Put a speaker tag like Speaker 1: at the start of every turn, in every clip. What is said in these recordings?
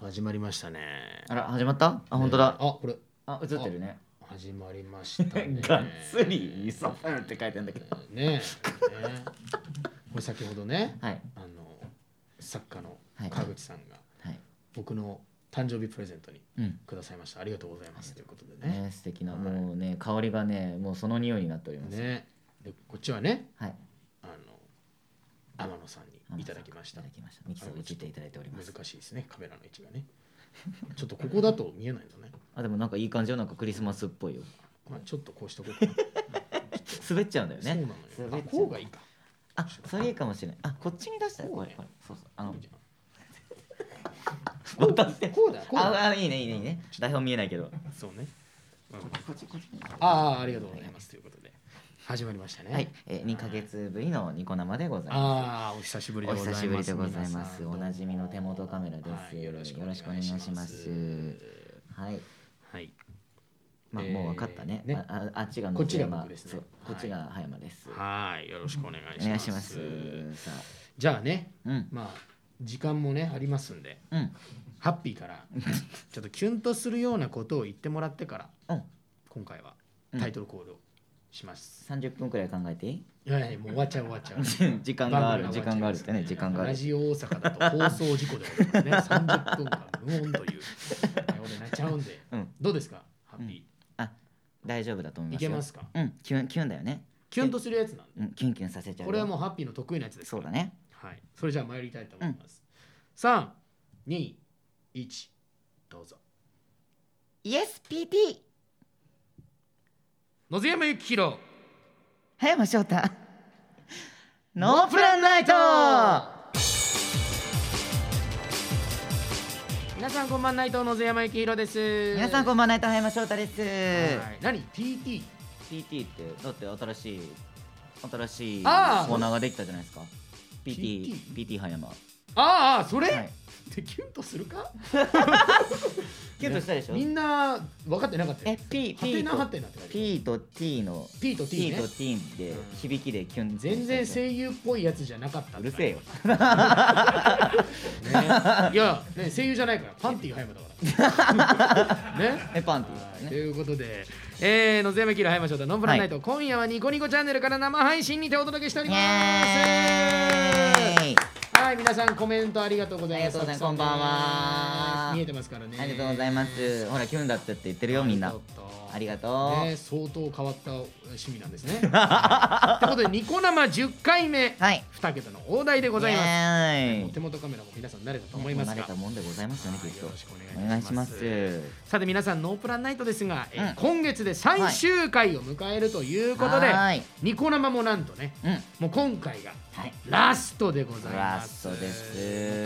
Speaker 1: 始まりましたね
Speaker 2: あら始まったあ本当だ、
Speaker 1: あこれ
Speaker 2: あ映ってるね
Speaker 1: 始まりましたね
Speaker 2: がっつりイソファンって書いてんだけど
Speaker 1: ねえねこれ先ほどね
Speaker 2: はい
Speaker 1: あの作家の
Speaker 2: はい
Speaker 1: 川口さんが
Speaker 2: はい
Speaker 1: 僕の誕生日プレゼントに
Speaker 2: うん
Speaker 1: くださいましたありがとうございますということでね
Speaker 2: ね素敵な
Speaker 1: はい
Speaker 2: もうね香りがねもうその匂いになっております、
Speaker 1: ねでこっちはね
Speaker 2: はい
Speaker 1: あの天野さんにいただきまし
Speaker 2: い
Speaker 1: た
Speaker 2: ただきましたミキさんに切っていただいております
Speaker 1: 難しいですねカメラの位置がねちょっとここだと見えないのね、
Speaker 2: あでもなんかいい感じよなんかクリスマスっぽいよ
Speaker 1: まあ、ちょっとこうしとこうかな
Speaker 2: 滑っちゃうんだよ
Speaker 1: そうな
Speaker 2: ね
Speaker 1: のよ。
Speaker 2: 滑っちゃう
Speaker 1: あこうがいいか。
Speaker 2: あそれいいかもしれないあこっちに出したよ
Speaker 1: こ
Speaker 2: こ
Speaker 1: う
Speaker 2: れ
Speaker 1: ね
Speaker 2: これそうそうあの
Speaker 1: いいじゃ
Speaker 2: こう 渡して
Speaker 1: んこうだ。こうだ。
Speaker 2: ああいいねいいねいいね台本見えないけど
Speaker 1: そうね。うん
Speaker 2: こっちこっち
Speaker 1: ああありがとうございますということで始まりましたね。
Speaker 2: はい、えー、2ヶ。月ぶりのニコ生でございます
Speaker 1: ああお久しぶりで
Speaker 2: お
Speaker 1: ございま
Speaker 2: 久
Speaker 1: す。
Speaker 2: しぶりでござい
Speaker 1: 皆
Speaker 2: ま
Speaker 1: さ
Speaker 2: す。
Speaker 1: ん
Speaker 2: おなじみの手元カメラで
Speaker 1: は
Speaker 2: す。
Speaker 1: いよろしくお願いします
Speaker 2: よろはい。
Speaker 1: はい。
Speaker 2: まあ、
Speaker 1: えー
Speaker 2: もう分かったね。
Speaker 1: ね
Speaker 2: あああっちが
Speaker 1: こっちが
Speaker 2: まあ
Speaker 1: 僕ですね
Speaker 2: そう
Speaker 1: は
Speaker 2: こ
Speaker 1: い
Speaker 2: っちが葉山です。
Speaker 1: はいよろしくお願いし
Speaker 2: お願
Speaker 1: ま
Speaker 2: いし
Speaker 1: す。
Speaker 2: ます。さ
Speaker 1: じゃあね
Speaker 2: あ、うん、
Speaker 1: まあ時間もねありますんで
Speaker 2: うん、
Speaker 1: ハッピー からちょっとキュンとするようなことを言ってもらってから
Speaker 2: うん、
Speaker 1: 今回は
Speaker 2: うん
Speaker 1: タイトルコールをします。
Speaker 2: 三十分くらい考えていい？
Speaker 1: いやいやもう終わっちゃう終わっちゃう。
Speaker 2: 時間がある、時間があるってね、時間があ
Speaker 1: ラ
Speaker 2: る。
Speaker 1: ジオ大阪だと放送事故でございますね。30分間 無音という。俺泣いちゃうんで。
Speaker 2: うん、
Speaker 1: どうですかハッピ
Speaker 2: 大丈夫だと思
Speaker 1: ー。
Speaker 2: い
Speaker 1: い
Speaker 2: ます
Speaker 1: けま
Speaker 2: よ。
Speaker 1: すか
Speaker 2: うん、キュンキュンだよね。
Speaker 1: キュンとするやつなんで。
Speaker 2: うん、キュンキュンさせちゃうよ。
Speaker 1: これはもうハッピーの得意なやつです
Speaker 2: そ。うだね。
Speaker 1: はい。それじゃあ参りたいと思います。三二一どうぞ。
Speaker 2: イエス PP
Speaker 1: 野津山幸宏。
Speaker 2: 葉山翔 太。ノープランナイト。
Speaker 1: 皆さんこんばんは内藤野津山幸宏です。
Speaker 2: 皆さんこんばんは、内藤葉山翔太です。
Speaker 1: はい何 TT
Speaker 2: PT ってだって新しい新しいコ
Speaker 1: あー
Speaker 2: ーナーができたじゃないですか PT
Speaker 1: PT
Speaker 2: PT 葉山は
Speaker 1: ああそれ、
Speaker 2: い
Speaker 1: ってキュンとするか
Speaker 2: キュンとしたでしょ
Speaker 1: みんな分かってなかったよ
Speaker 2: え P
Speaker 1: はて
Speaker 2: P
Speaker 1: なは
Speaker 2: と
Speaker 1: てなって書いてある
Speaker 2: P と T の
Speaker 1: P と T ね
Speaker 2: T と T で
Speaker 1: うん
Speaker 2: 響きでキュン
Speaker 1: 全然声優っぽいやつじゃなかった
Speaker 2: うるせえよ
Speaker 1: ねいや、ね、声優じゃないからパンティーが早か だからね
Speaker 2: えパンテ
Speaker 1: はい
Speaker 2: ィ
Speaker 1: と
Speaker 2: ね
Speaker 1: いうことで、えー、野津山キラー、はいましょうと、ノンプランナイト、今夜はニコニコチャンネルから生配信にてお届けしており
Speaker 2: イ
Speaker 1: ます。
Speaker 2: エーイ
Speaker 1: はい、皆さん、コメントありがとうございます。
Speaker 2: ありがとうございますこんばんは
Speaker 1: 見えてますからね。
Speaker 2: ありがとうございますほらキュンだったって言ってるよみんなありがとう
Speaker 1: ね、相当変わった趣味なん ですね。ということで、ニコ生10回目、
Speaker 2: はい
Speaker 1: 2桁の大台でございます。
Speaker 2: ま
Speaker 1: お手元カメラも皆さん慣れたと思います
Speaker 2: 慣れ
Speaker 1: が、
Speaker 2: たもんでございますよねきっ
Speaker 1: はいよ
Speaker 2: と
Speaker 1: ろしくお
Speaker 2: お
Speaker 1: 願
Speaker 2: 願
Speaker 1: い
Speaker 2: い
Speaker 1: し
Speaker 2: し
Speaker 1: ま
Speaker 2: ますす
Speaker 1: さて皆さんノープランナイトですが、えー
Speaker 2: うん
Speaker 1: 今月で最終回を迎えるということで、
Speaker 2: はーい
Speaker 1: ニコ生もなんとね
Speaker 2: うん
Speaker 1: もう今回が
Speaker 2: はい
Speaker 1: ラストでございます
Speaker 2: ラストです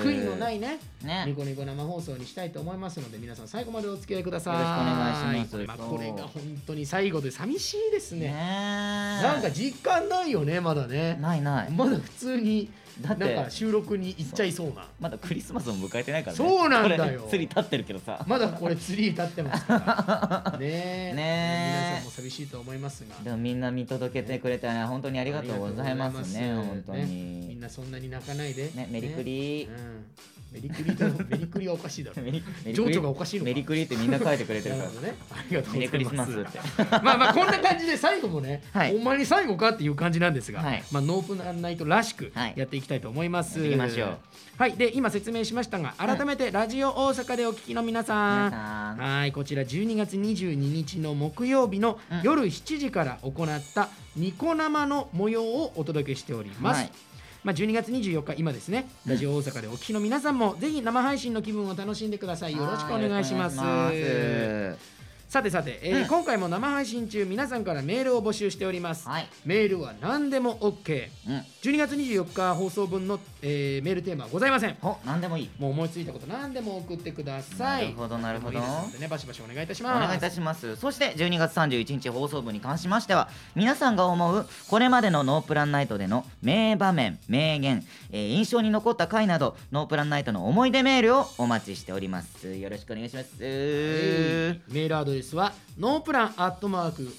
Speaker 1: 悔いのないね
Speaker 2: ね
Speaker 1: ニコニコ生放送にしたいと思いますので皆さん最後までお付き合いください
Speaker 2: よろしくお願いします
Speaker 1: まあ、これが本当に最後で寂しいですね
Speaker 2: ねえ
Speaker 1: なんか実感ないよねまだね
Speaker 2: ないない
Speaker 1: まだ普通に
Speaker 2: だ
Speaker 1: な
Speaker 2: っ
Speaker 1: ん
Speaker 2: て
Speaker 1: か収録に行っちゃいそうな
Speaker 2: まだクリスマスも迎えてないからね
Speaker 1: そうなんだよ
Speaker 2: これ釣り立ってるけどさ
Speaker 1: まだこれツリー立ってます から。ねえ。
Speaker 2: ねえ
Speaker 1: 皆さんも寂しいと思いますが。
Speaker 2: でもみんな見届けてくれてね本当にありがとうございますね
Speaker 1: ありがとうございま
Speaker 2: 本
Speaker 1: す
Speaker 2: 当
Speaker 1: ねみん
Speaker 2: に
Speaker 1: なそんなに泣かないで。
Speaker 2: ねメリクリ
Speaker 1: ねうんメリクリとメリクリはおかし いだろ。
Speaker 2: メリメリク
Speaker 1: 情
Speaker 2: リ
Speaker 1: 緒がおかしいのか。
Speaker 2: メリクリってみんな書いてくれてる
Speaker 1: な
Speaker 2: か
Speaker 1: る
Speaker 2: ら
Speaker 1: ほどね。 ありがとうござ
Speaker 2: メリ
Speaker 1: い
Speaker 2: クリス
Speaker 1: ま
Speaker 2: マス
Speaker 1: す
Speaker 2: っ。て
Speaker 1: まあまあこんな感じで最後もね、
Speaker 2: はい
Speaker 1: ほんまに最後かっていう感じなんですが、
Speaker 2: はい
Speaker 1: まあノープランナイトらしく
Speaker 2: はい
Speaker 1: やっていきたいと思います。
Speaker 2: やっていきましょう
Speaker 1: はい。で今説明しましたが、改めてラジオ大阪でお聞きの皆さ
Speaker 2: 皆
Speaker 1: ん、
Speaker 2: さん
Speaker 1: はいこちら12月22日の木曜日の
Speaker 2: うん
Speaker 1: 夜7時から行ったニコ生の模様をお届けしております。
Speaker 2: はい
Speaker 1: まあ、12月24日今ですねラジオ大阪でお聞きの皆さんもぜひ生配信の気分を楽しんでくださいよろしくお願いします
Speaker 2: はいよろしくお願いし
Speaker 1: さてさて、えー
Speaker 2: うん
Speaker 1: 今回も生配信中皆さんからメールを募集しております、
Speaker 2: ますはい
Speaker 1: メールは何でも OK12
Speaker 2: うん
Speaker 1: 月24日放送分の、えーメールテーマはございません
Speaker 2: ほなんでもいい
Speaker 1: もう思いついたこと何でも送ってください
Speaker 2: なるほどなるほど
Speaker 1: いいですのでねバシバシお願いいたし
Speaker 2: お
Speaker 1: ます
Speaker 2: 願いいたしますそして12月31日放送分に関しましては皆さんが思うこれまでの「ノープランナイト」での名場面名言、えー印象に残った回など「ノープランナイト」の思い出メールをお待ちしておりますよろしくお願いします
Speaker 1: えーメールアドレスはノープランアットマーク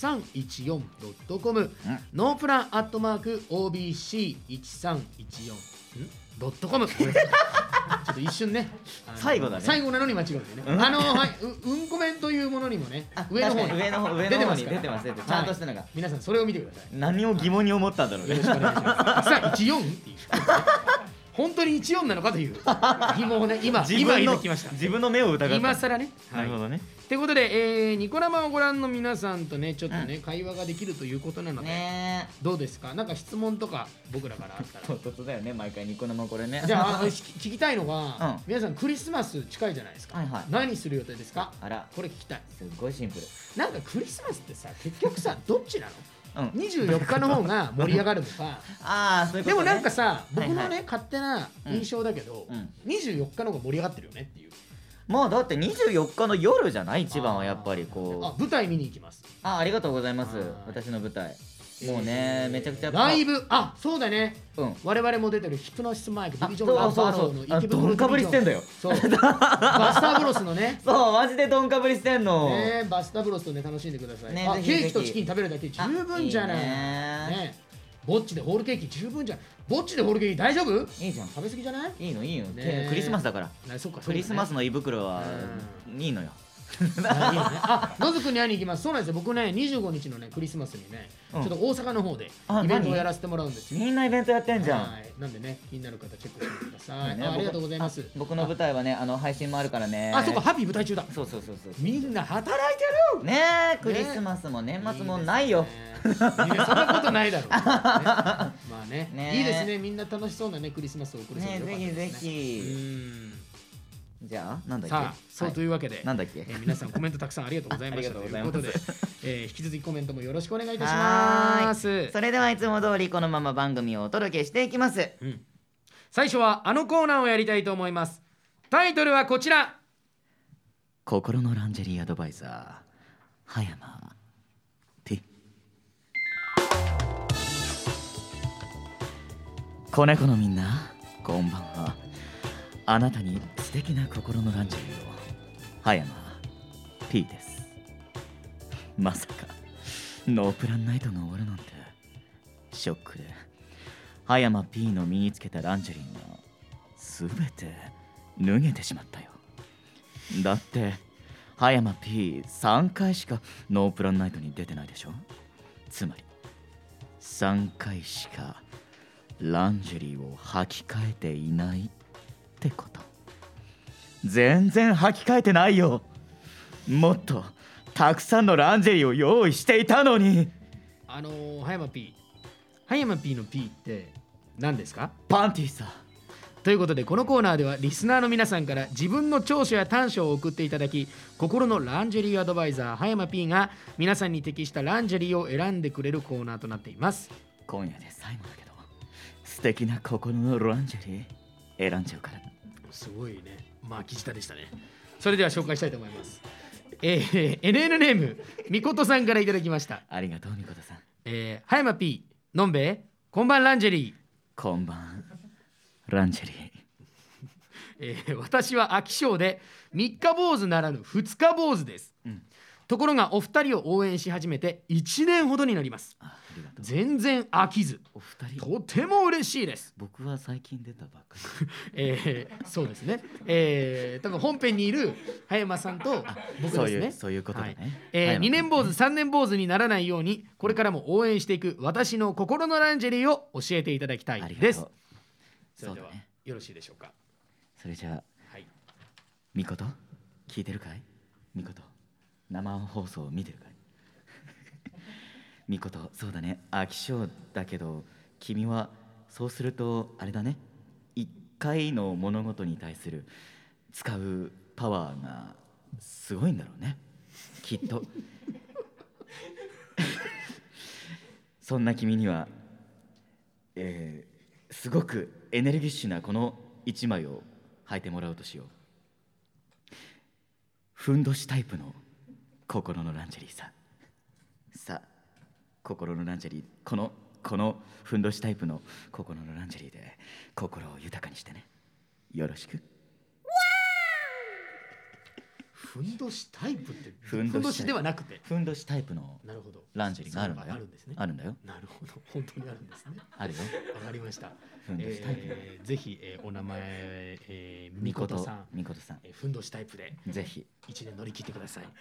Speaker 1: OBC1314.com ノープランア ットマーク OBC1314.com これちょっと一瞬ねあの
Speaker 2: 最後だね
Speaker 1: 最後なのに間違うんでね、
Speaker 2: うん
Speaker 1: あのはいううんこ弁というものにもね
Speaker 2: あ
Speaker 1: 上の方
Speaker 2: 確か
Speaker 1: に
Speaker 2: に上の方上の方に出てます
Speaker 1: から
Speaker 2: 出てますちゃんとしたのが
Speaker 1: はい皆さんそれを見てください
Speaker 2: 何を疑問に思ったんだろう
Speaker 1: よ
Speaker 2: ね
Speaker 1: ろしくお願いし ます。さあ、14っていう。本当に14なのかという疑問をね、今、
Speaker 2: 自
Speaker 1: 今
Speaker 2: 分の
Speaker 1: 抱きました。
Speaker 2: 自分の目を疑った
Speaker 1: 今更ね。
Speaker 2: な
Speaker 1: はい
Speaker 2: るほ。どね
Speaker 1: ということで、えーニコ生をご覧の皆さんとね、ちょっとね、会話ができるということなので、
Speaker 2: ね
Speaker 1: どうですかなんか質問とか僕らからあった
Speaker 2: 唐突だよね毎回ニコ生これね
Speaker 1: ら。じゃあ、あのし聞きたいのが、
Speaker 2: うん
Speaker 1: 皆さんクリスマス近いじゃないですか。
Speaker 2: はいはい
Speaker 1: 何する予定ですか
Speaker 2: あら
Speaker 1: これ聞きたい。
Speaker 2: すっごいシンプル
Speaker 1: なんかクリスマスってさ、結局 さ、どっちなの
Speaker 2: うん
Speaker 1: ?24 日の方が盛り上が るのか。
Speaker 2: ああそういうこ
Speaker 1: で
Speaker 2: と
Speaker 1: も
Speaker 2: ね
Speaker 1: なんかさ、
Speaker 2: はいはい
Speaker 1: 僕のね、勝手な印象だけど、
Speaker 2: うん
Speaker 1: 24日の方が盛り上がってるよねっていう
Speaker 2: もうだって24日の夜じゃない一番はやっぱり
Speaker 1: あ
Speaker 2: こう
Speaker 1: 舞台見に行きます
Speaker 2: あありがとうございます
Speaker 1: はい
Speaker 2: 私の舞台もうね
Speaker 1: えー
Speaker 2: めちゃくちゃ
Speaker 1: ライブあそうだね
Speaker 2: うん
Speaker 1: 我々も出てるヒプノシスマイク
Speaker 2: あ
Speaker 1: ビ
Speaker 2: そう
Speaker 1: ジョン
Speaker 2: そ
Speaker 1: ラ
Speaker 2: う
Speaker 1: バ
Speaker 2: そ
Speaker 1: ロー
Speaker 2: う
Speaker 1: の
Speaker 2: あ
Speaker 1: 池袋
Speaker 2: どんかぶりしてんだよ
Speaker 1: そう バスターブロスのね
Speaker 2: そうマジでどんかぶりしてんの
Speaker 1: ねバスターブロスとね楽しんでください、
Speaker 2: ね
Speaker 1: あ
Speaker 2: ぜ
Speaker 1: ケーキ
Speaker 2: ひぜひ
Speaker 1: とチキン食べるだけ十分じゃない
Speaker 2: あいいね
Speaker 1: ねぼっちでホールケーキ十分じゃないぼっちでホールケーキ大丈夫
Speaker 2: いいじゃん
Speaker 1: 食べ過ぎじゃない
Speaker 2: いいのいいの
Speaker 1: ね
Speaker 2: クリスマスだから
Speaker 1: あそっかそうだね
Speaker 2: クリスマスの胃袋は
Speaker 1: うん
Speaker 2: いいのよ
Speaker 1: あいいよねあ野津君に会いに行きますそうなんですよ僕ね25日のねクリスマスにね、
Speaker 2: うん
Speaker 1: ちょっと大阪の方で
Speaker 2: あ
Speaker 1: イベントを
Speaker 2: 何
Speaker 1: やらせてもらうんですよ
Speaker 2: みんなイベントやってんじゃん
Speaker 1: はいなんでね気になる方チェックしてみてください、
Speaker 2: ね
Speaker 1: ああ
Speaker 2: 僕
Speaker 1: りがとうございます
Speaker 2: 僕の舞台はねあの配信もあるからね
Speaker 1: ああそっかハッピー舞台中だ
Speaker 2: そうそうそうそう
Speaker 1: みんな働いてる
Speaker 2: ねえクリスマスも年末もないよ
Speaker 1: いいですねいやそんなことない だろう、ねまあね
Speaker 2: ね
Speaker 1: いいですねみんな楽しそうなねクリスマスを送れそうでよ
Speaker 2: ね
Speaker 1: かっ
Speaker 2: ぜ
Speaker 1: たで
Speaker 2: ひ
Speaker 1: すう
Speaker 2: ぜひ
Speaker 1: ーん
Speaker 2: じゃあなんだっけ
Speaker 1: さあそう
Speaker 2: はい
Speaker 1: というわけで、
Speaker 2: なんだっけ
Speaker 1: えー皆さんコメントたくさんありがとうございました と
Speaker 2: あり
Speaker 1: い
Speaker 2: が
Speaker 1: う
Speaker 2: と
Speaker 1: こ
Speaker 2: うご
Speaker 1: とで
Speaker 2: ざいます、
Speaker 1: えー引き続きコメントもよろしくお願いいたし
Speaker 2: は
Speaker 1: ま
Speaker 2: ーい
Speaker 1: す。
Speaker 2: それではいつも通りこのまま番組をお届けしていきます
Speaker 1: うん最初はあのコーナーをやりたいと思います。タイトルはこちら。
Speaker 2: 心のランジェリーアドバイザー葉山て子猫のみんなこんばんはあなたに素敵な心のランジェリーを葉山 T ですまさかノープランナイトが終わるなんてショックで葉山 P の身につけたランジェリーが全て脱げてしまったよだって葉山 P3 回しかノープランナイトに出てないでしょつまり3回しかランジェリーを履き替えていないってこと全然履き替えてないよもっとたくさんのランジェリーを用意していたのに
Speaker 1: あのー、葉山 P。葉山 P の P って何ですか
Speaker 2: パンティーさ
Speaker 1: ということでこのコーナーではリスナーの皆さんから自分の長所や短所を送っていただき心のランジェリーアドバイザー葉山 P が皆さんに適したランジェリーを選んでくれるコーナーとなっています。
Speaker 2: 今夜で最後だけど素敵な心のランジェリー選んじゃうから
Speaker 1: すごいね。巻き舌でしたね。それでは紹介したいと思います。えー、NN ネーム、みことさんからいただきました。
Speaker 2: ありがとうみことさん
Speaker 1: えー、葉山 P、のんべえ、こんばんランジェリー。
Speaker 2: こんばん。ランジェリー。
Speaker 1: えー私は飽き性で3日坊主ならぬ2日坊主です、
Speaker 2: うん
Speaker 1: ところがお二人を応援し始めて1年ほどになります
Speaker 2: あありがとう。
Speaker 1: 全然飽きず
Speaker 2: お二
Speaker 1: と
Speaker 2: 人。
Speaker 1: ても嬉しいです、
Speaker 2: 僕は最近出たばっか
Speaker 1: えーそうですね、えー多分本編にいる葉山さんと
Speaker 2: り。
Speaker 1: 僕
Speaker 2: そ
Speaker 1: で
Speaker 2: う
Speaker 1: す
Speaker 2: いう、
Speaker 1: ね
Speaker 2: そういうことだね。
Speaker 1: はいえー2年坊主3年坊主にならないようにこれからも応援していく私の心のランジェリーを教えていただきた
Speaker 2: あ
Speaker 1: い
Speaker 2: りが
Speaker 1: で
Speaker 2: と
Speaker 1: す
Speaker 2: う。
Speaker 1: それでは
Speaker 2: そうだね
Speaker 1: よろしいでしょうか
Speaker 2: それじゃあ、
Speaker 1: はい
Speaker 2: みこと。聞いてるかい。みこと。生放送見てるかい。 みこと、そうだね。飽き性だけど、君は。そうすると、あれだね。一回の物事に対する。使うパワーが。すごいんだろうね。きっと。 そんな君には、えーすごくエネルギッシュなこの一枚を履いてもらおうとしようふんどしタイプの心のランジェリーささあ心のランジェリーこのこのふんどしタイプの心のランジェリーで心を豊かにしてねよろしく
Speaker 1: ふんどしタイプって
Speaker 2: ふんどし
Speaker 1: ふんどしではなくて
Speaker 2: ふんどしタイプの
Speaker 1: なるほど
Speaker 2: ランジェリーがあるんだよ
Speaker 1: そういうのがあるんですね
Speaker 2: あるんだよ
Speaker 1: なるほど本当にあるんですね
Speaker 2: あるよ
Speaker 1: わかりました、
Speaker 2: ふんどしタイプ
Speaker 1: えー ぜひ、えーお名前、えー、み
Speaker 2: み
Speaker 1: こ
Speaker 2: ことと
Speaker 1: さん、
Speaker 2: みことさん
Speaker 1: えー、ふんどしタイプで
Speaker 2: ぜひ
Speaker 1: 一年乗り切ってください、はい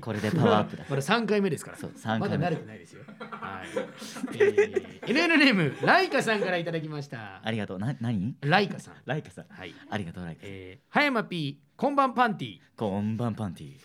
Speaker 2: これでパワーアップだ
Speaker 1: まだ三回目ですから
Speaker 2: そう三
Speaker 1: まだ
Speaker 2: 回
Speaker 1: 慣れ
Speaker 2: 目
Speaker 1: てないですよはい、えー、NN ネームライカさんからいただきました
Speaker 2: ありがとうな何
Speaker 1: ライカさん
Speaker 2: ライカさん
Speaker 1: はい、
Speaker 2: ありがとうライカさん
Speaker 1: えー、葉山 P こんばんパンティ
Speaker 2: こんばんパンティ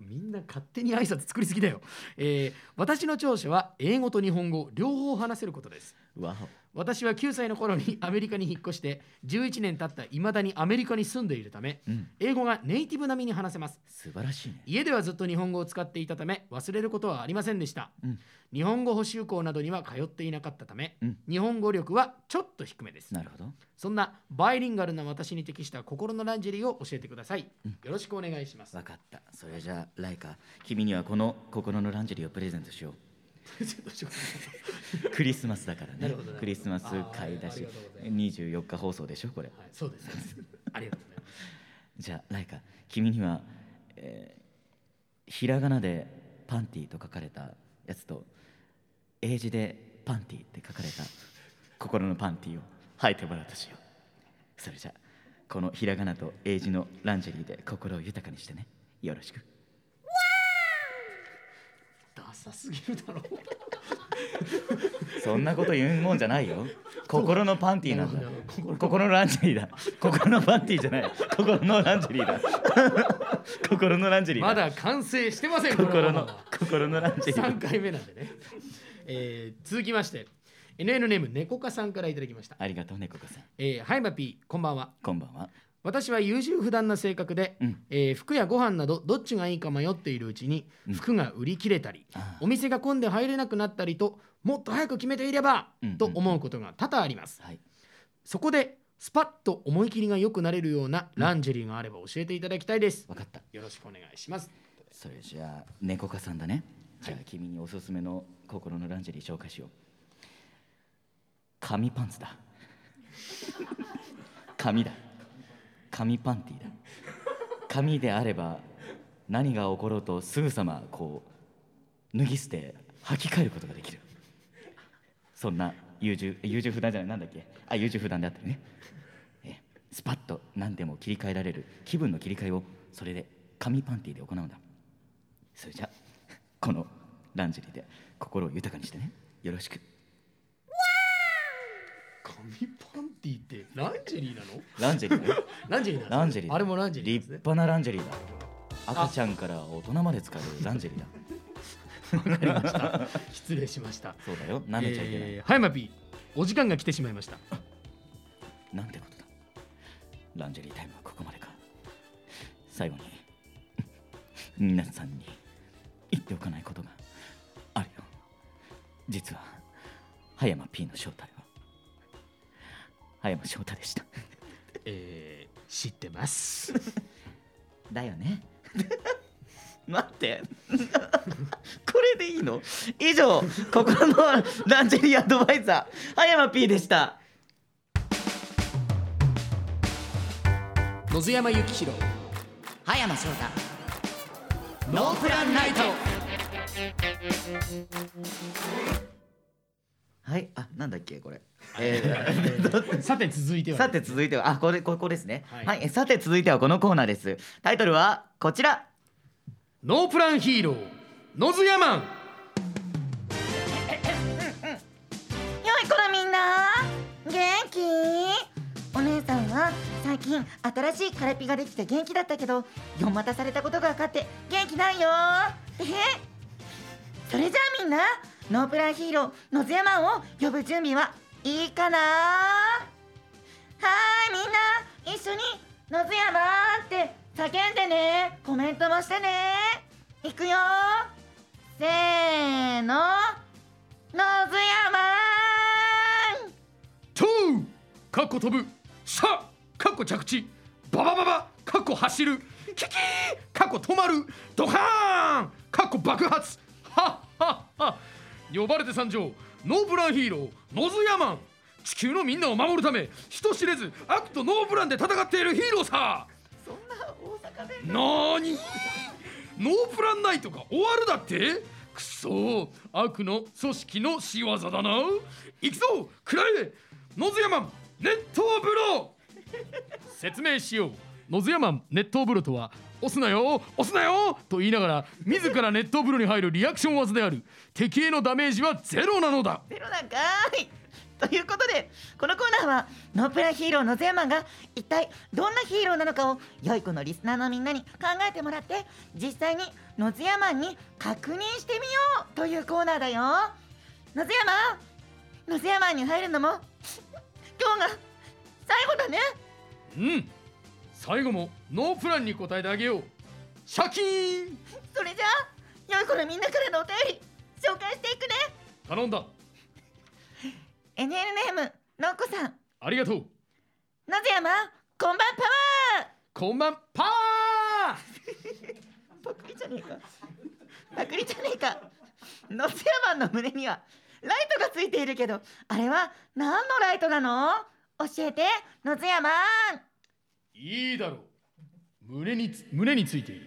Speaker 1: みんな勝手に挨拶作りすぎだよ、えー私の長所は英語と日本語両方話せることです
Speaker 2: わ
Speaker 1: 私は9歳の頃にアメリカに引っ越して11年経ったいまだにアメリカに住んでいるため
Speaker 2: おうん
Speaker 1: 英語がネイティブ並みに話せます
Speaker 2: 素晴らしいね
Speaker 1: 家ではずっと日本語を使っていたため忘れることはありませんでした、
Speaker 2: うん
Speaker 1: 日本語補習校などには通っていなかったため、
Speaker 2: うん
Speaker 1: 日本語力はちょっと低めです
Speaker 2: なるほど
Speaker 1: そんなバイリンガルな私に適した心のランジェリーを教えてください、よろしくお願いします
Speaker 2: わかったそれじゃあライカ君にはこの心のランジェリーをプレゼントしよ
Speaker 1: ちょっとちょっと
Speaker 2: うクリスマスだから
Speaker 1: な
Speaker 2: ね
Speaker 1: るほどなるほど
Speaker 2: クリスマス買い出
Speaker 1: あーあり
Speaker 2: し
Speaker 1: がとうござい
Speaker 2: 24日放送でしょこれ
Speaker 1: はい、そうです。そうですありがとうございます。
Speaker 2: じゃあライカ君には、えーひらがなでパンティと書かれたやつと英字でパンティって書かれた心のパンティを履いてもらうとしようそれじゃあこのひらがなと英字のランジェリーで心を豊かにしてねよろしく
Speaker 1: ダサすぎるだろ
Speaker 2: そんなこと言うもんじゃないよ心のパンティなんだ心のランジェリーだ心のパンティじゃない心のランジェリーだ心のランジェリーだ
Speaker 1: まだ完成してません。
Speaker 2: 心
Speaker 1: こ
Speaker 2: の
Speaker 1: コ
Speaker 2: 心のランジェリーだ
Speaker 1: 三回目なんでね。えー、続きまして、NN ネーム猫かさんからいただきました。
Speaker 2: ありがとうね、ここさん。
Speaker 1: えー、はいまぴーこんばんは。
Speaker 2: こんばんは。
Speaker 1: 私は優柔不断な性格で、
Speaker 2: うん
Speaker 1: えー服やご飯などどっちがいいか迷っているうちに
Speaker 2: うん
Speaker 1: 服が売り切れたり、
Speaker 2: あ
Speaker 1: お店が混んで入れなくなったりともっと早く決めていれば、
Speaker 2: うん
Speaker 1: と思うことが多々あります
Speaker 2: あはい。
Speaker 1: そこでスパッと思い切りが良くなれるようなランジェリーがあれば教えていただきたいです、
Speaker 2: わかった。
Speaker 1: よろしくお願いします。
Speaker 2: それじゃあ、猫かさんだね。じゃあ、君におすすめの心のランジェリー紹介しよう。紙パンツだ。 紙だ。紙パンティーだ。紙であれば、何が起ころうとすぐさまこう脱ぎ捨て履き替えることができる。そんな優柔優柔不断じゃないなんだっけあ優柔不断であったりねえスパッと何でも切り替えられる気分の切り替えをそれで紙パンティーで行うんだそれじゃこのランジェリーで心を豊かにしてねよろしく
Speaker 1: 紙パンティってランジェリーなの？
Speaker 2: ランジェリー だよ
Speaker 1: ランジェリーなの？
Speaker 2: ランジェリーだ
Speaker 1: あれもランジェリーです
Speaker 2: 立
Speaker 1: ね。
Speaker 2: 派なランジェリーだ赤ちゃんから大人まで使うランジェリーだ
Speaker 1: わかりました。失礼しました。
Speaker 2: そうだよ舐めちゃいけない、
Speaker 1: えーはいマピー、お時間が来てしまいました。
Speaker 2: なんてことだランジェリータイムはここまでか最後に 皆さんに言っておかないことがあるよ実は葉山 P の正体は葉山翔太でした
Speaker 1: えー、知ってます。
Speaker 2: だよね 待って これでいいの以上心のランジェリーアドバイザー葉山 P でした
Speaker 1: 野津山幸弘
Speaker 2: 葉山翔太
Speaker 1: ノープランナイト。
Speaker 2: はいあなんだっけこれえー どっ
Speaker 1: さて続いては、
Speaker 2: さて続いてはあこれここですね
Speaker 1: は
Speaker 2: はいい、えさて続いてはこのコーナーですタイトルはこちら
Speaker 1: ノープランヒーロー野津山ン
Speaker 3: よい子のみんな元気お姉さんは最近新しいカレピができて元気だったけど4股されたことが分かって元気ないよえへそれじゃあみんなノープランヒーロー野津山を呼ぶ準備はいいかなはーいみんな一緒に「野津山」って叫んでねコメントもしてねいくよせーの野津山
Speaker 1: トゥーかっこ飛ぶさあかっこ着地ババババかっこ走るキキーかっこ止まるドカーンかっこ爆発はっはっは呼ばれて参上ノープランヒーローノズヤマン地球のみんなを守るため人知れず悪とノープランで戦っているヒーローさ
Speaker 3: そそんな大阪弁
Speaker 1: なーにノープランナイトが終わるだってくそ悪の組織の仕業だな行くぞクライノズヤマン熱湯風呂説明しようノズヤマン熱湯風呂とは押すなよ押すなよと言いながら自ら熱湯風呂に入るリアクション技である敵へのダメージはゼロなのだ
Speaker 3: ゼロなんかーいということでこのコーナーはノープランヒーローのゼーマンが一体どんなヒーローなのかを良い子のリスナーのみんなに考えてもらって実際にノズヤマンに確認してみようというコーナーだよノズヤマンノズヤマンに入るのも今日が最後だね
Speaker 1: うん最後もノープランに答えてあげようシャキーン
Speaker 3: それじゃあ良い子のみんなからのお便り紹介していくね
Speaker 1: 頼んだ
Speaker 3: NL ネームのっこさん
Speaker 1: ありがとう
Speaker 3: ノズヤマンこんばんパワー
Speaker 1: こんばんパワ
Speaker 3: パクリじゃねえかパクリじゃねえかノスヤマンの胸にはライトがついているけどあれは何のライトなの教えてノズヤマン
Speaker 1: ーいいだろう胸につ胸についている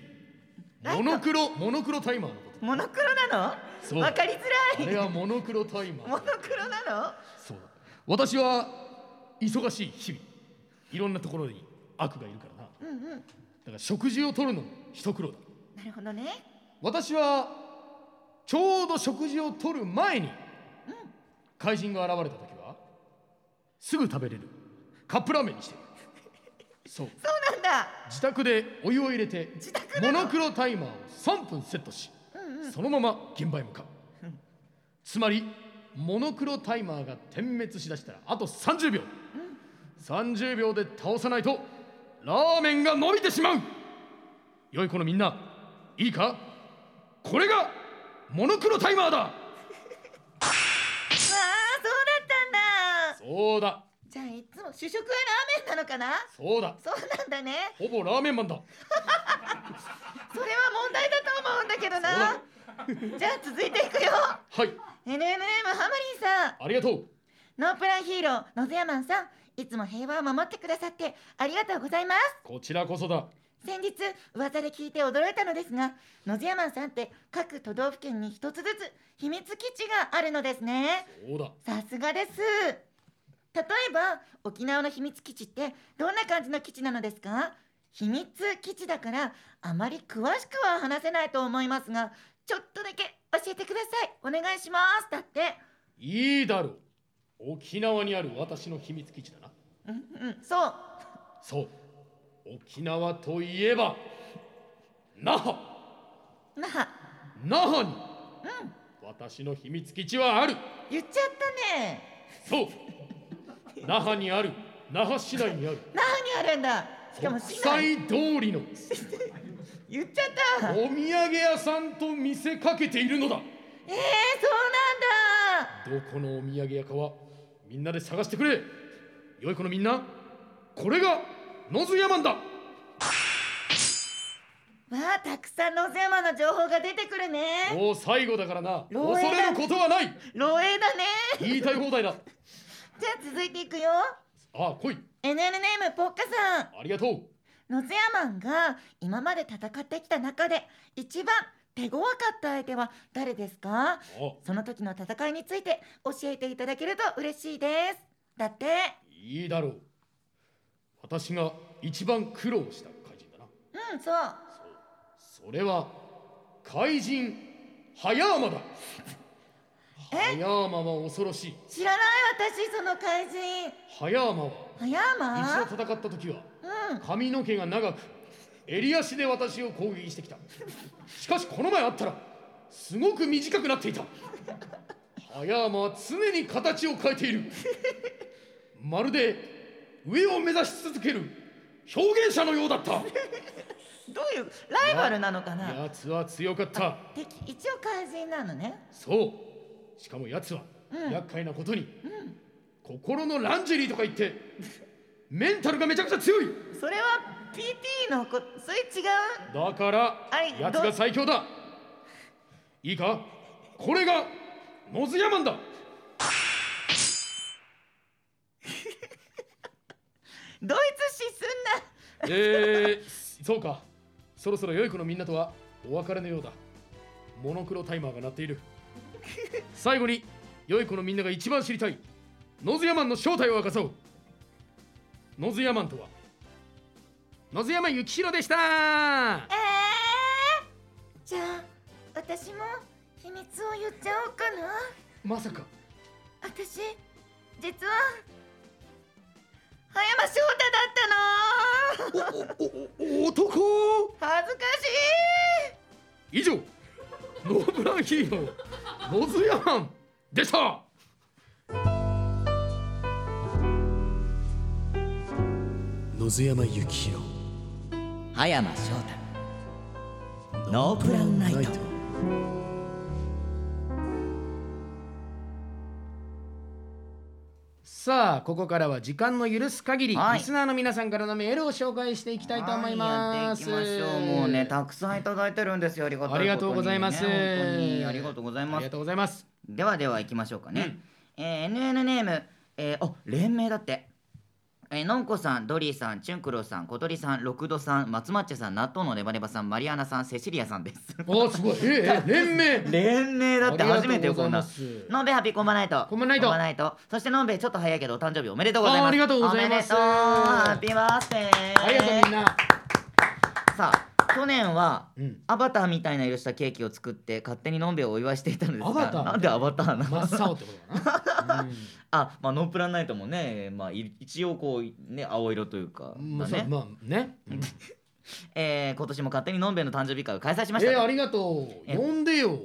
Speaker 3: ライ
Speaker 1: モ
Speaker 3: ト
Speaker 1: ノクロモノクロタイマーのこ
Speaker 3: モノクロな
Speaker 1: とそ
Speaker 3: の
Speaker 1: う
Speaker 3: わ
Speaker 1: だ
Speaker 3: かり
Speaker 1: あ
Speaker 3: づら
Speaker 1: れ
Speaker 3: い
Speaker 1: はモノクロタイマ
Speaker 3: モノ
Speaker 1: ー
Speaker 3: クロなの
Speaker 1: そうだ私は忙しい日々いろんなところに悪がいるからな
Speaker 3: うんうん
Speaker 1: だから食事をとるのも一苦労だ
Speaker 3: なるほどね
Speaker 1: 私はちょうど食事をとる前に怪人が現れた時はすぐ食べれるカップラーメンにしているそう
Speaker 3: そうなんだ
Speaker 1: 自宅でお湯を入れてモノクロタイマーを3分セットし、そのまま現場へ向かう、つまりモノクロタイマーが点滅しだしたらあと30秒、30秒で倒さないとラーメンが伸びてしまう良い子のみんないいかこれがモノクロタイマーだ
Speaker 3: ああそうだったんだ
Speaker 1: そうだ
Speaker 3: じゃあいつも主食はラーメンなのかな
Speaker 1: そうだ
Speaker 3: そうなんだね
Speaker 1: ほぼラーメンマンだ
Speaker 3: それは問題だと思うんだけどなじゃあ続いていくよ
Speaker 1: はい
Speaker 3: NNM ハマリンさん
Speaker 1: ありがとう
Speaker 3: ノープランヒーローのずやまんさんいつも平和を守ってくださってありがとうございます
Speaker 1: こちらこそだ
Speaker 3: 先日噂で聞いて驚いたのですがのずやまんさんって各都道府県に一つずつ秘密基地があるのですね
Speaker 1: そうだ
Speaker 3: さすがです例えば沖縄の秘密基地ってどんな感じの基地なのですか秘密基地だからあまり詳しくは話せないと思いますがちょっとだけ教えてくださいお願いしますだって
Speaker 1: いいだろう沖縄にある私の秘密基地だな
Speaker 3: うんうんそう
Speaker 1: そう沖縄といえば那覇
Speaker 3: 那覇
Speaker 1: 那覇に、私の秘密基地はある
Speaker 3: 言っちゃったね
Speaker 1: そう那覇にある那覇市内にある
Speaker 3: 那覇にあるんだしかも
Speaker 1: 国
Speaker 3: 市内
Speaker 1: 際通りの
Speaker 3: 言っちゃった
Speaker 1: お土産屋さんと見せかけているのだ
Speaker 3: えー、そうなんだ
Speaker 1: どこのお土産屋かはみんなで探してくれ良い子のみんなこれが野津山だ
Speaker 3: わあたくさん野瀬山の情報が出てくるね
Speaker 1: もう最後だからな恐
Speaker 3: 漏洩だ
Speaker 1: れることはない
Speaker 3: 漏洩だね
Speaker 1: 言いたい放題だ
Speaker 3: じゃあ続いていくよ
Speaker 1: ああ来い
Speaker 3: NN ネームポッカさん
Speaker 1: ありがとう
Speaker 3: 野津山マンが今まで戦ってきた中で一番手強かった相手は誰ですか
Speaker 1: ああ
Speaker 3: その時の戦いについて教えていただけると嬉しいですだって
Speaker 1: いいだろう私が一番苦労した怪人だな
Speaker 3: うんそう
Speaker 1: それは怪人早山だ
Speaker 3: え
Speaker 1: 早山は恐ろしい
Speaker 3: 知らない私その怪人
Speaker 1: 早山は
Speaker 3: 早山
Speaker 1: 一度戦った時は
Speaker 3: うん
Speaker 1: 髪の毛が長く襟足で私を攻撃してきたしかしこの前会ったらすごく短くなっていた葉山は常に形を変えているまるで上を目指し続ける表現者のようだった
Speaker 3: どういうライバルなのかな
Speaker 1: 奴は強かった
Speaker 3: 敵一応怪人なのね
Speaker 1: そうしかも奴は厄介なことに、心のランジェリーとか言ってメンタルがめちゃくちゃ強い
Speaker 3: それは PT のこそれ違う
Speaker 1: だから、
Speaker 3: はい
Speaker 1: やつが最強だいいかこれがノズヤマンだ
Speaker 3: ドイツ史すんな
Speaker 1: えー、 そうかそろそろ良い子のみんなとはお別れのようだモノクロタイマーが鳴っている最後に良い子のみんなが一番知りたいノズヤマンの正体を明かそうノズヤマンとはノズヤマン幸宏でした
Speaker 4: えー、じゃあ私も秘密を言っちゃおうかな
Speaker 1: まさか
Speaker 4: 私実は葉山翔太だったの
Speaker 1: 男
Speaker 4: 恥ずかしい
Speaker 1: 以上ノーブランヒーローノズヤマンでした
Speaker 5: 野津山幸宏
Speaker 3: 葉山翔太ノープランナイト
Speaker 1: さあここからは時間の許す限り、
Speaker 3: はい
Speaker 1: リスナーの皆さんからのメールを紹介していきたいと思います。
Speaker 3: はいやっていきましょうもうねたくさんいただいてるんですよありがたいこと
Speaker 1: あり
Speaker 3: にね
Speaker 1: がとうございます
Speaker 3: 本当にありがとうござい
Speaker 1: あ
Speaker 3: ま
Speaker 1: り
Speaker 3: す
Speaker 1: がとうございます。
Speaker 3: ではでは行きましょうかね、えー NN ネーム、えー、あ連名だってえーのんこさん、ドリーさん、チュンクロウさん、小鳥さん、六度さん、松マッチェさん、納豆のネバネバさん、マリアナさん、セシリアさんです。
Speaker 1: おーすごい。ええ、え連名。
Speaker 3: 連名だって初めてよ、こんな。
Speaker 1: あ
Speaker 3: のんべハッピーコンバナイト。
Speaker 1: こんばんないと
Speaker 3: こんばんないと。そしてのんべちょっと早いけどお誕生日おめでとうございま
Speaker 1: あ
Speaker 3: す。
Speaker 1: ーありがとうございます
Speaker 3: おめでとうハッピーバースデー。
Speaker 1: りがとうみんな。
Speaker 3: さあ去年は
Speaker 1: うん。
Speaker 3: アバターみたいな色したケーキを作って勝手にのんべをお祝いしていたのですが
Speaker 1: アバター
Speaker 3: なんでアバターなの、
Speaker 1: 真っ青ってことだな。
Speaker 3: あまあノープランナイトもね、まあ、い一応こうね青色というか、
Speaker 1: うん。ま
Speaker 3: だ
Speaker 1: あ、そう
Speaker 3: ね
Speaker 1: まあね。うん
Speaker 3: えー今年も勝手にのんべの誕生日会を開催しまし
Speaker 1: え
Speaker 3: た
Speaker 1: え、あ
Speaker 3: と、
Speaker 1: りがとう。
Speaker 3: え
Speaker 1: 呼ん でよ。ね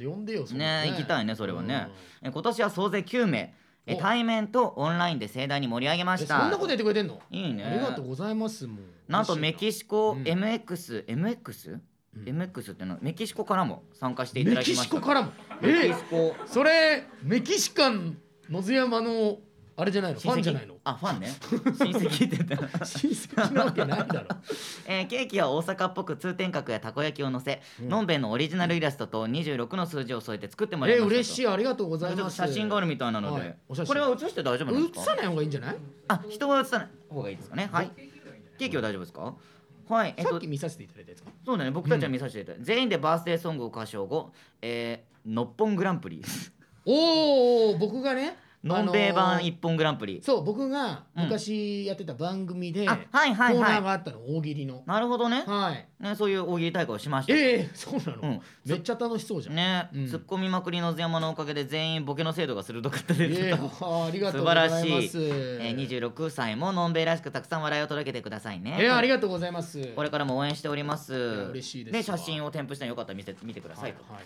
Speaker 1: え。呼んでよ。そんな
Speaker 3: ね行きたいねそれはね
Speaker 1: うん
Speaker 3: えー今年は総勢9名えー
Speaker 1: お
Speaker 3: 対面とオンラインで盛大に盛り上げま
Speaker 1: え
Speaker 3: し
Speaker 1: そ
Speaker 3: た
Speaker 1: んなことやってくれてんの。
Speaker 3: いいね
Speaker 1: ありがとうございます。もう。
Speaker 3: なんとメキシコ
Speaker 1: うん
Speaker 3: MX、MX?MX
Speaker 1: うん
Speaker 3: ってのメキシコからも参加していた
Speaker 1: メ
Speaker 3: だき
Speaker 1: キ
Speaker 3: ま
Speaker 1: シ
Speaker 3: した
Speaker 1: コからも。
Speaker 3: メ
Speaker 1: え
Speaker 3: キ
Speaker 1: え
Speaker 3: シ。コ
Speaker 1: それメキシカン野津山のあれじゃないのフ
Speaker 3: 親戚
Speaker 1: ァンじゃないの
Speaker 3: あファンね親戚って言ってた
Speaker 1: 親戚なわけないだろ
Speaker 3: えーケーキは大阪っぽく通天閣やたこ焼きを乗せ、のんべいのオリジナルイラストと26の数字を添えて作ってもらい
Speaker 1: え
Speaker 3: ましたと
Speaker 1: 嬉しいありがとうござい
Speaker 3: ちょっ
Speaker 1: ま
Speaker 3: と
Speaker 1: す
Speaker 3: 写真があるみたいなので、
Speaker 1: はいお写真
Speaker 3: これは写して大丈夫なんです
Speaker 1: 映
Speaker 3: か
Speaker 1: さない方がいいんじゃない
Speaker 3: あ人は写さない方がいいですかねはいケーキは大丈夫ですかはいえっ
Speaker 1: さっ
Speaker 3: と
Speaker 1: き見させていただいたやつか
Speaker 3: そうだね僕たちは見させていただいて、全員でバースデーソングを歌唱後えー、のっぽんグランプリ
Speaker 1: おお僕がね
Speaker 3: のんべい
Speaker 1: あの
Speaker 3: 版
Speaker 1: ー
Speaker 3: 一本グランプリ
Speaker 1: そう僕が
Speaker 3: うん
Speaker 1: 昔やってた番組でコ
Speaker 3: あ
Speaker 1: ー
Speaker 3: はいはい
Speaker 1: ナー
Speaker 3: は
Speaker 1: があったの大喜利の
Speaker 3: いなるほどね
Speaker 1: はい
Speaker 3: ねそういう大喜利大会をしました
Speaker 1: ええそうな
Speaker 3: う
Speaker 1: の
Speaker 3: ん
Speaker 1: めっちゃ楽しそうじゃんえ
Speaker 3: ね、
Speaker 1: うん
Speaker 3: ツッコミまくりの津山のおかげで全員ボケの精度が鋭かったです、
Speaker 1: えあありがとうございます
Speaker 3: 素晴らしいえ
Speaker 1: え
Speaker 3: ー、26歳ものんべいらしくたくさん笑いを届けてくださいね、
Speaker 1: えありがとうございます
Speaker 3: これからも応援しております
Speaker 1: や嬉しいですわ
Speaker 3: 写真を添付したのよかったら見せ見てくださいと、
Speaker 1: はいはい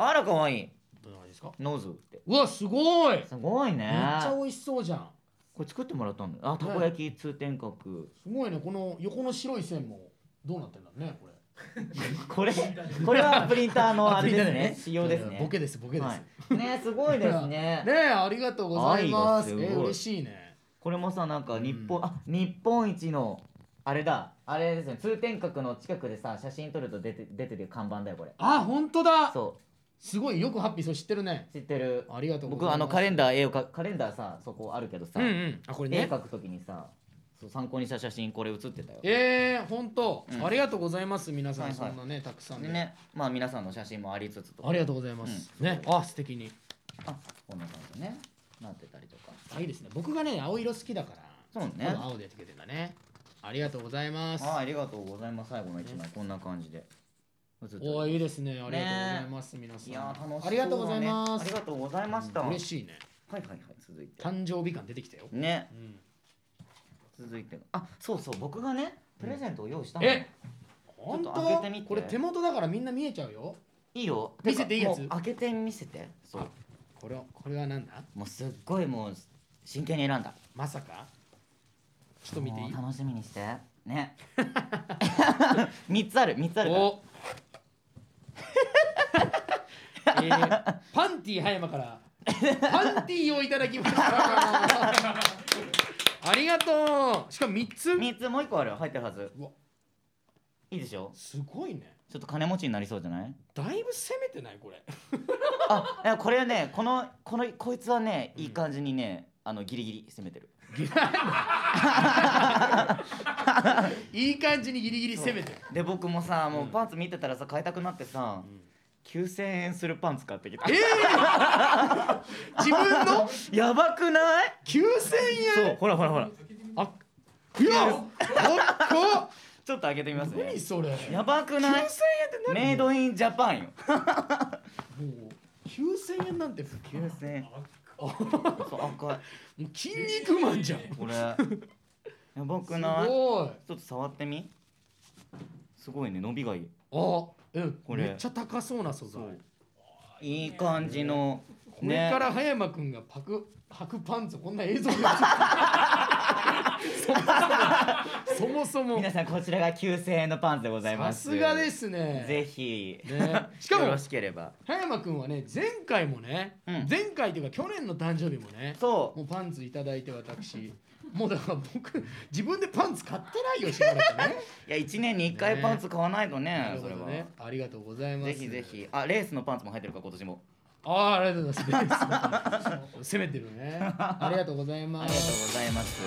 Speaker 3: あらかわいい
Speaker 1: どんな感じですか
Speaker 3: ノーズって
Speaker 1: うわすごいめっ
Speaker 3: すごいね
Speaker 1: ちゃ美味しそうじゃん
Speaker 3: これ作ってもらったんだあたこ焼き通 天閣
Speaker 1: すごいねこの横の白い線もどうなってんだろうねこれ
Speaker 3: これこれはプリンターのあれです
Speaker 1: あ
Speaker 3: ね仕様です
Speaker 1: い
Speaker 3: ね
Speaker 1: やボケですボケです、
Speaker 3: はい、ねすごいです ね
Speaker 1: ねえありがとうございます
Speaker 3: 愛がす
Speaker 1: え
Speaker 3: ごい
Speaker 1: 嬉しいね
Speaker 3: これもさなんか日本、あ日本一のあれだあれですね通天閣の近くでさ写真撮ると出て出てる看板だよこれ
Speaker 1: あ本当だ
Speaker 3: そ
Speaker 1: すごいよくハッピーそう知ってるね
Speaker 3: う知ってる
Speaker 1: ありがとうござい
Speaker 3: 僕
Speaker 1: ます
Speaker 3: あのカレンダー絵をかカレンダーさそこあるけどさ、
Speaker 1: うんうんあこれ
Speaker 3: 絵
Speaker 1: ね
Speaker 3: 描くときにさそう参考にした写真これ写ってたよ
Speaker 1: えー、本当、
Speaker 3: うん
Speaker 1: ありがとうございます皆さん、
Speaker 3: はいはい
Speaker 1: そんなねたくさん
Speaker 3: で
Speaker 1: ね
Speaker 3: ねまあ皆さんの写真もありつつと
Speaker 1: ありがとうございます、ねあ素敵に
Speaker 3: あこんな感じでねなってたりとか
Speaker 1: あいいですね僕がね青色好きだから
Speaker 3: そうね
Speaker 1: 今度青でつけてんだねありがとうございます
Speaker 3: あありがとうございます最後の一枚こんな感じで写って
Speaker 1: お
Speaker 3: る
Speaker 1: ーいいですねありがとうございます、皆さん
Speaker 3: いやー楽しそうだね
Speaker 1: ありがとうございます
Speaker 3: ありがとうございました、
Speaker 1: 嬉しいね
Speaker 3: はいはいはい続いて
Speaker 1: 誕生日感出てきたよ、
Speaker 3: ね
Speaker 1: うん、
Speaker 3: 続いてあそうそう僕がねプレゼントを用意したの、
Speaker 1: え
Speaker 3: っ
Speaker 1: 本
Speaker 3: と
Speaker 1: 当
Speaker 3: 開けてみて
Speaker 1: これ手元だからみんな見えちゃうよ
Speaker 3: いいよ
Speaker 1: 見せていいやつ
Speaker 3: もう開けて見せてそう
Speaker 1: これはこれはなんだ
Speaker 3: もうすっごいもう真剣に選んだ
Speaker 1: まさかちょっと見ていい
Speaker 3: もう楽しみにして ね三つある三つあるから
Speaker 1: おえー、パンティー葉山からパンティーをいただきました ありがとうしかも3つ
Speaker 3: 三つもう一個ある入ってるはず
Speaker 1: うわ
Speaker 3: いいでしょ
Speaker 1: すごいね
Speaker 3: ちょっと金持ちになりそうじゃない
Speaker 1: だいぶ攻めてないこれ
Speaker 3: あいやこれねこのこのこいつはねいい感じにね、あのギリギリ攻めてる
Speaker 1: いい感じにギリギリ攻めて る
Speaker 3: で僕もさもうパンツ見てたらさ買いたくなってさ、9000円するパンツ買ってきた
Speaker 1: えー、自分の
Speaker 3: やばくない
Speaker 1: 9000
Speaker 3: そう
Speaker 1: 円
Speaker 3: ほらほらほら
Speaker 1: あいやおっこ
Speaker 3: ちょっと上げてみますね
Speaker 1: 何それ
Speaker 3: やばくないメイドインジャパンよ
Speaker 1: もう9000円なんて普及
Speaker 3: 9000円
Speaker 1: も
Speaker 3: そう赤いう
Speaker 1: 筋肉マンじゃんす
Speaker 3: これやばくない
Speaker 1: ごい
Speaker 3: ちょっと触ってみすごいね伸びがいい
Speaker 1: あうん
Speaker 3: これ
Speaker 1: めっちゃ高そうな素材
Speaker 3: そういい感じの
Speaker 1: これか
Speaker 3: ね
Speaker 1: ら葉山くんがパク履くパンツこんな映像が そもそもそも
Speaker 3: 皆さんこちらが9000円のパンツでござい
Speaker 1: さ
Speaker 3: ます
Speaker 1: すがですね
Speaker 3: ぜひ
Speaker 1: ねしかも
Speaker 3: よろしければ
Speaker 1: 葉山くんはね前回もね、
Speaker 3: うん
Speaker 1: 前回というか去年の誕生日もね
Speaker 3: そう
Speaker 1: もうパンツいただいて私もうだから僕自分でパンツ買ってないよしばらくね
Speaker 3: いや1年に1回
Speaker 1: ね
Speaker 3: パンツ買わないと
Speaker 1: な
Speaker 3: ね
Speaker 1: る
Speaker 3: そ
Speaker 1: ほ
Speaker 3: れ
Speaker 1: ど
Speaker 3: は
Speaker 1: ねありがとうございます
Speaker 3: ぜひぜひあレースのパンツも入ってるから今年も
Speaker 1: ああありがとうございます攻めてるねありがとうござい
Speaker 3: あ
Speaker 1: ま
Speaker 3: りがと
Speaker 1: す
Speaker 3: うございます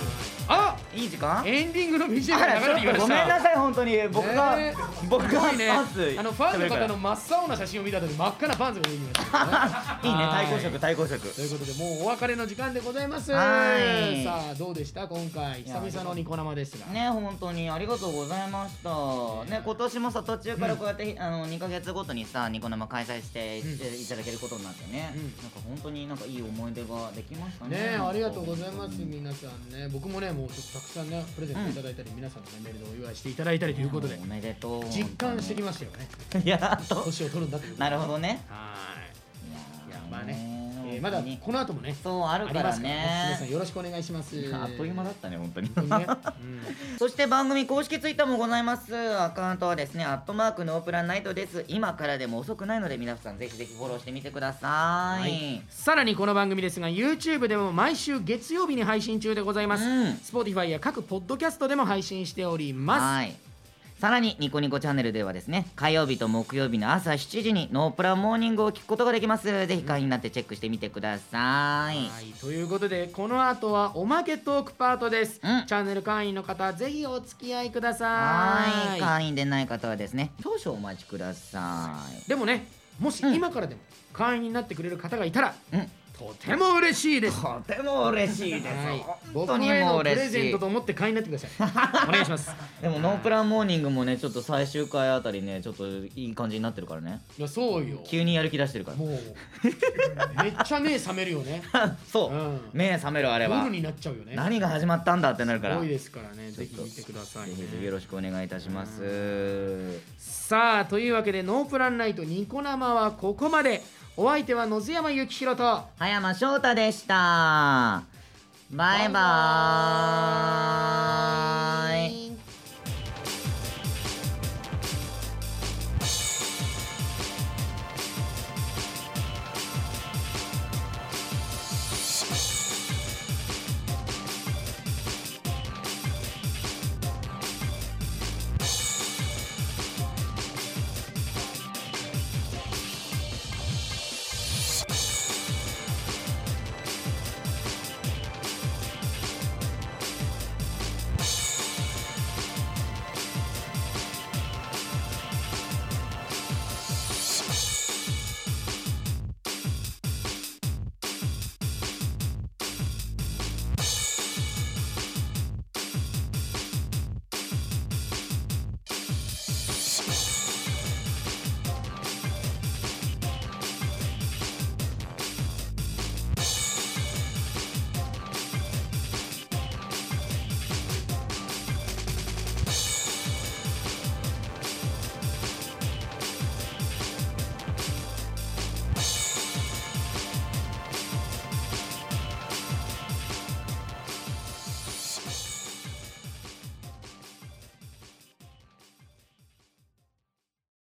Speaker 1: あ
Speaker 3: いい時間
Speaker 1: エンディングの BGM
Speaker 3: あ
Speaker 1: が
Speaker 3: ら
Speaker 1: 流れてき
Speaker 3: ちょ
Speaker 1: ました
Speaker 3: っとごめんなさい本当に僕が、
Speaker 1: ね
Speaker 3: 僕が
Speaker 1: いいね
Speaker 3: パンツ
Speaker 1: あのファンの方
Speaker 3: 食べ
Speaker 1: の
Speaker 3: る
Speaker 1: 真っ青な写真を見た時真っ赤なパンツが出てきましたね、
Speaker 3: からいいね対抗色対抗色
Speaker 1: ということでもうお別れの時間でございます
Speaker 3: はい
Speaker 1: さあどうでした今回久々のニコ生ですが、
Speaker 3: ね本当にありがとうございましたね今年もさ途中からこうやって、あの2ヶ月ごとにさニコ生開催して、
Speaker 1: うん
Speaker 3: えーいただけることになってね、
Speaker 1: うん
Speaker 3: なんか本当になんかいい思い出ができましたね
Speaker 1: ねありがとうございます
Speaker 3: 本
Speaker 1: 皆さんね僕もねもうちょっとたくさんねプレゼントいただいたり、皆さんの、ね、メールでお祝いしていただいたり
Speaker 3: 当
Speaker 1: とい
Speaker 3: に
Speaker 1: うことで
Speaker 3: おめでとう
Speaker 1: 実感してき
Speaker 3: ま
Speaker 1: ましたよね
Speaker 3: すいやっと
Speaker 1: 年を取るんだということで
Speaker 3: なるほどね
Speaker 1: はーいいやまあね、
Speaker 3: ね
Speaker 1: えーま
Speaker 3: 本当
Speaker 1: だ
Speaker 3: に
Speaker 1: この後もね
Speaker 3: そうある
Speaker 1: あり
Speaker 3: か
Speaker 1: ま
Speaker 3: ら
Speaker 1: すからね皆さん
Speaker 3: ね
Speaker 1: よろしくお願いします
Speaker 3: あっという間だったね本当に
Speaker 1: 本当にね、うん
Speaker 3: そして番組公式ツイッターもございます。アカウントはですね、アットマークノープランナイトです。今からでも遅くないので、皆さんぜひぜひフォローしてみてください。
Speaker 1: はいさらにこの番組ですが YouTube でも毎週月曜日に配信中でございます、
Speaker 3: うん
Speaker 1: Spotify や各ポッドキャストでも配信しております
Speaker 3: はいさらにニコニコチャンネルではですね火曜日と木曜日の朝7時にノープランモーニングを聞くことができますぜひ会員になってチェックしてみてください
Speaker 1: はいということでこの後はおまけトークパートです、
Speaker 3: うん
Speaker 1: チャンネル会員の方ぜひお付き合いくださ
Speaker 3: はいい会員でない方はですね少々お待ちください
Speaker 1: でもねもし
Speaker 3: うん
Speaker 1: 今からでも会員になってくれる方がいたら、
Speaker 3: うん
Speaker 1: とても嬉しいです
Speaker 3: とても嬉しいです、
Speaker 1: はい、
Speaker 3: 本
Speaker 1: 僕
Speaker 3: 当に
Speaker 1: へ
Speaker 3: も
Speaker 1: の
Speaker 3: う
Speaker 1: プレ
Speaker 3: 嬉し
Speaker 1: ゼン
Speaker 3: い
Speaker 1: トと思って会員になってくだ さいお願いします
Speaker 3: でもノープランモーニングもねちょっと最終回あたりねちょっといい感じになってるからね
Speaker 1: いやそうよ
Speaker 3: 急にやる気出してるから
Speaker 1: もうめっちゃ目覚めるよね
Speaker 3: そう、
Speaker 1: うん
Speaker 3: 目覚めるあれは
Speaker 1: 夜になっちゃうよね
Speaker 3: 何が始まったんだってなるから
Speaker 1: すごい
Speaker 3: ぜ
Speaker 1: ですからねぜひ見てください、
Speaker 3: ひ
Speaker 1: ね、
Speaker 3: ぜひよろしくお願いいたします、
Speaker 1: さあというわけでノープランナイトニコ生はここまでお相手は野津山幸宏と
Speaker 3: 葉山翔太でしたバイバーイ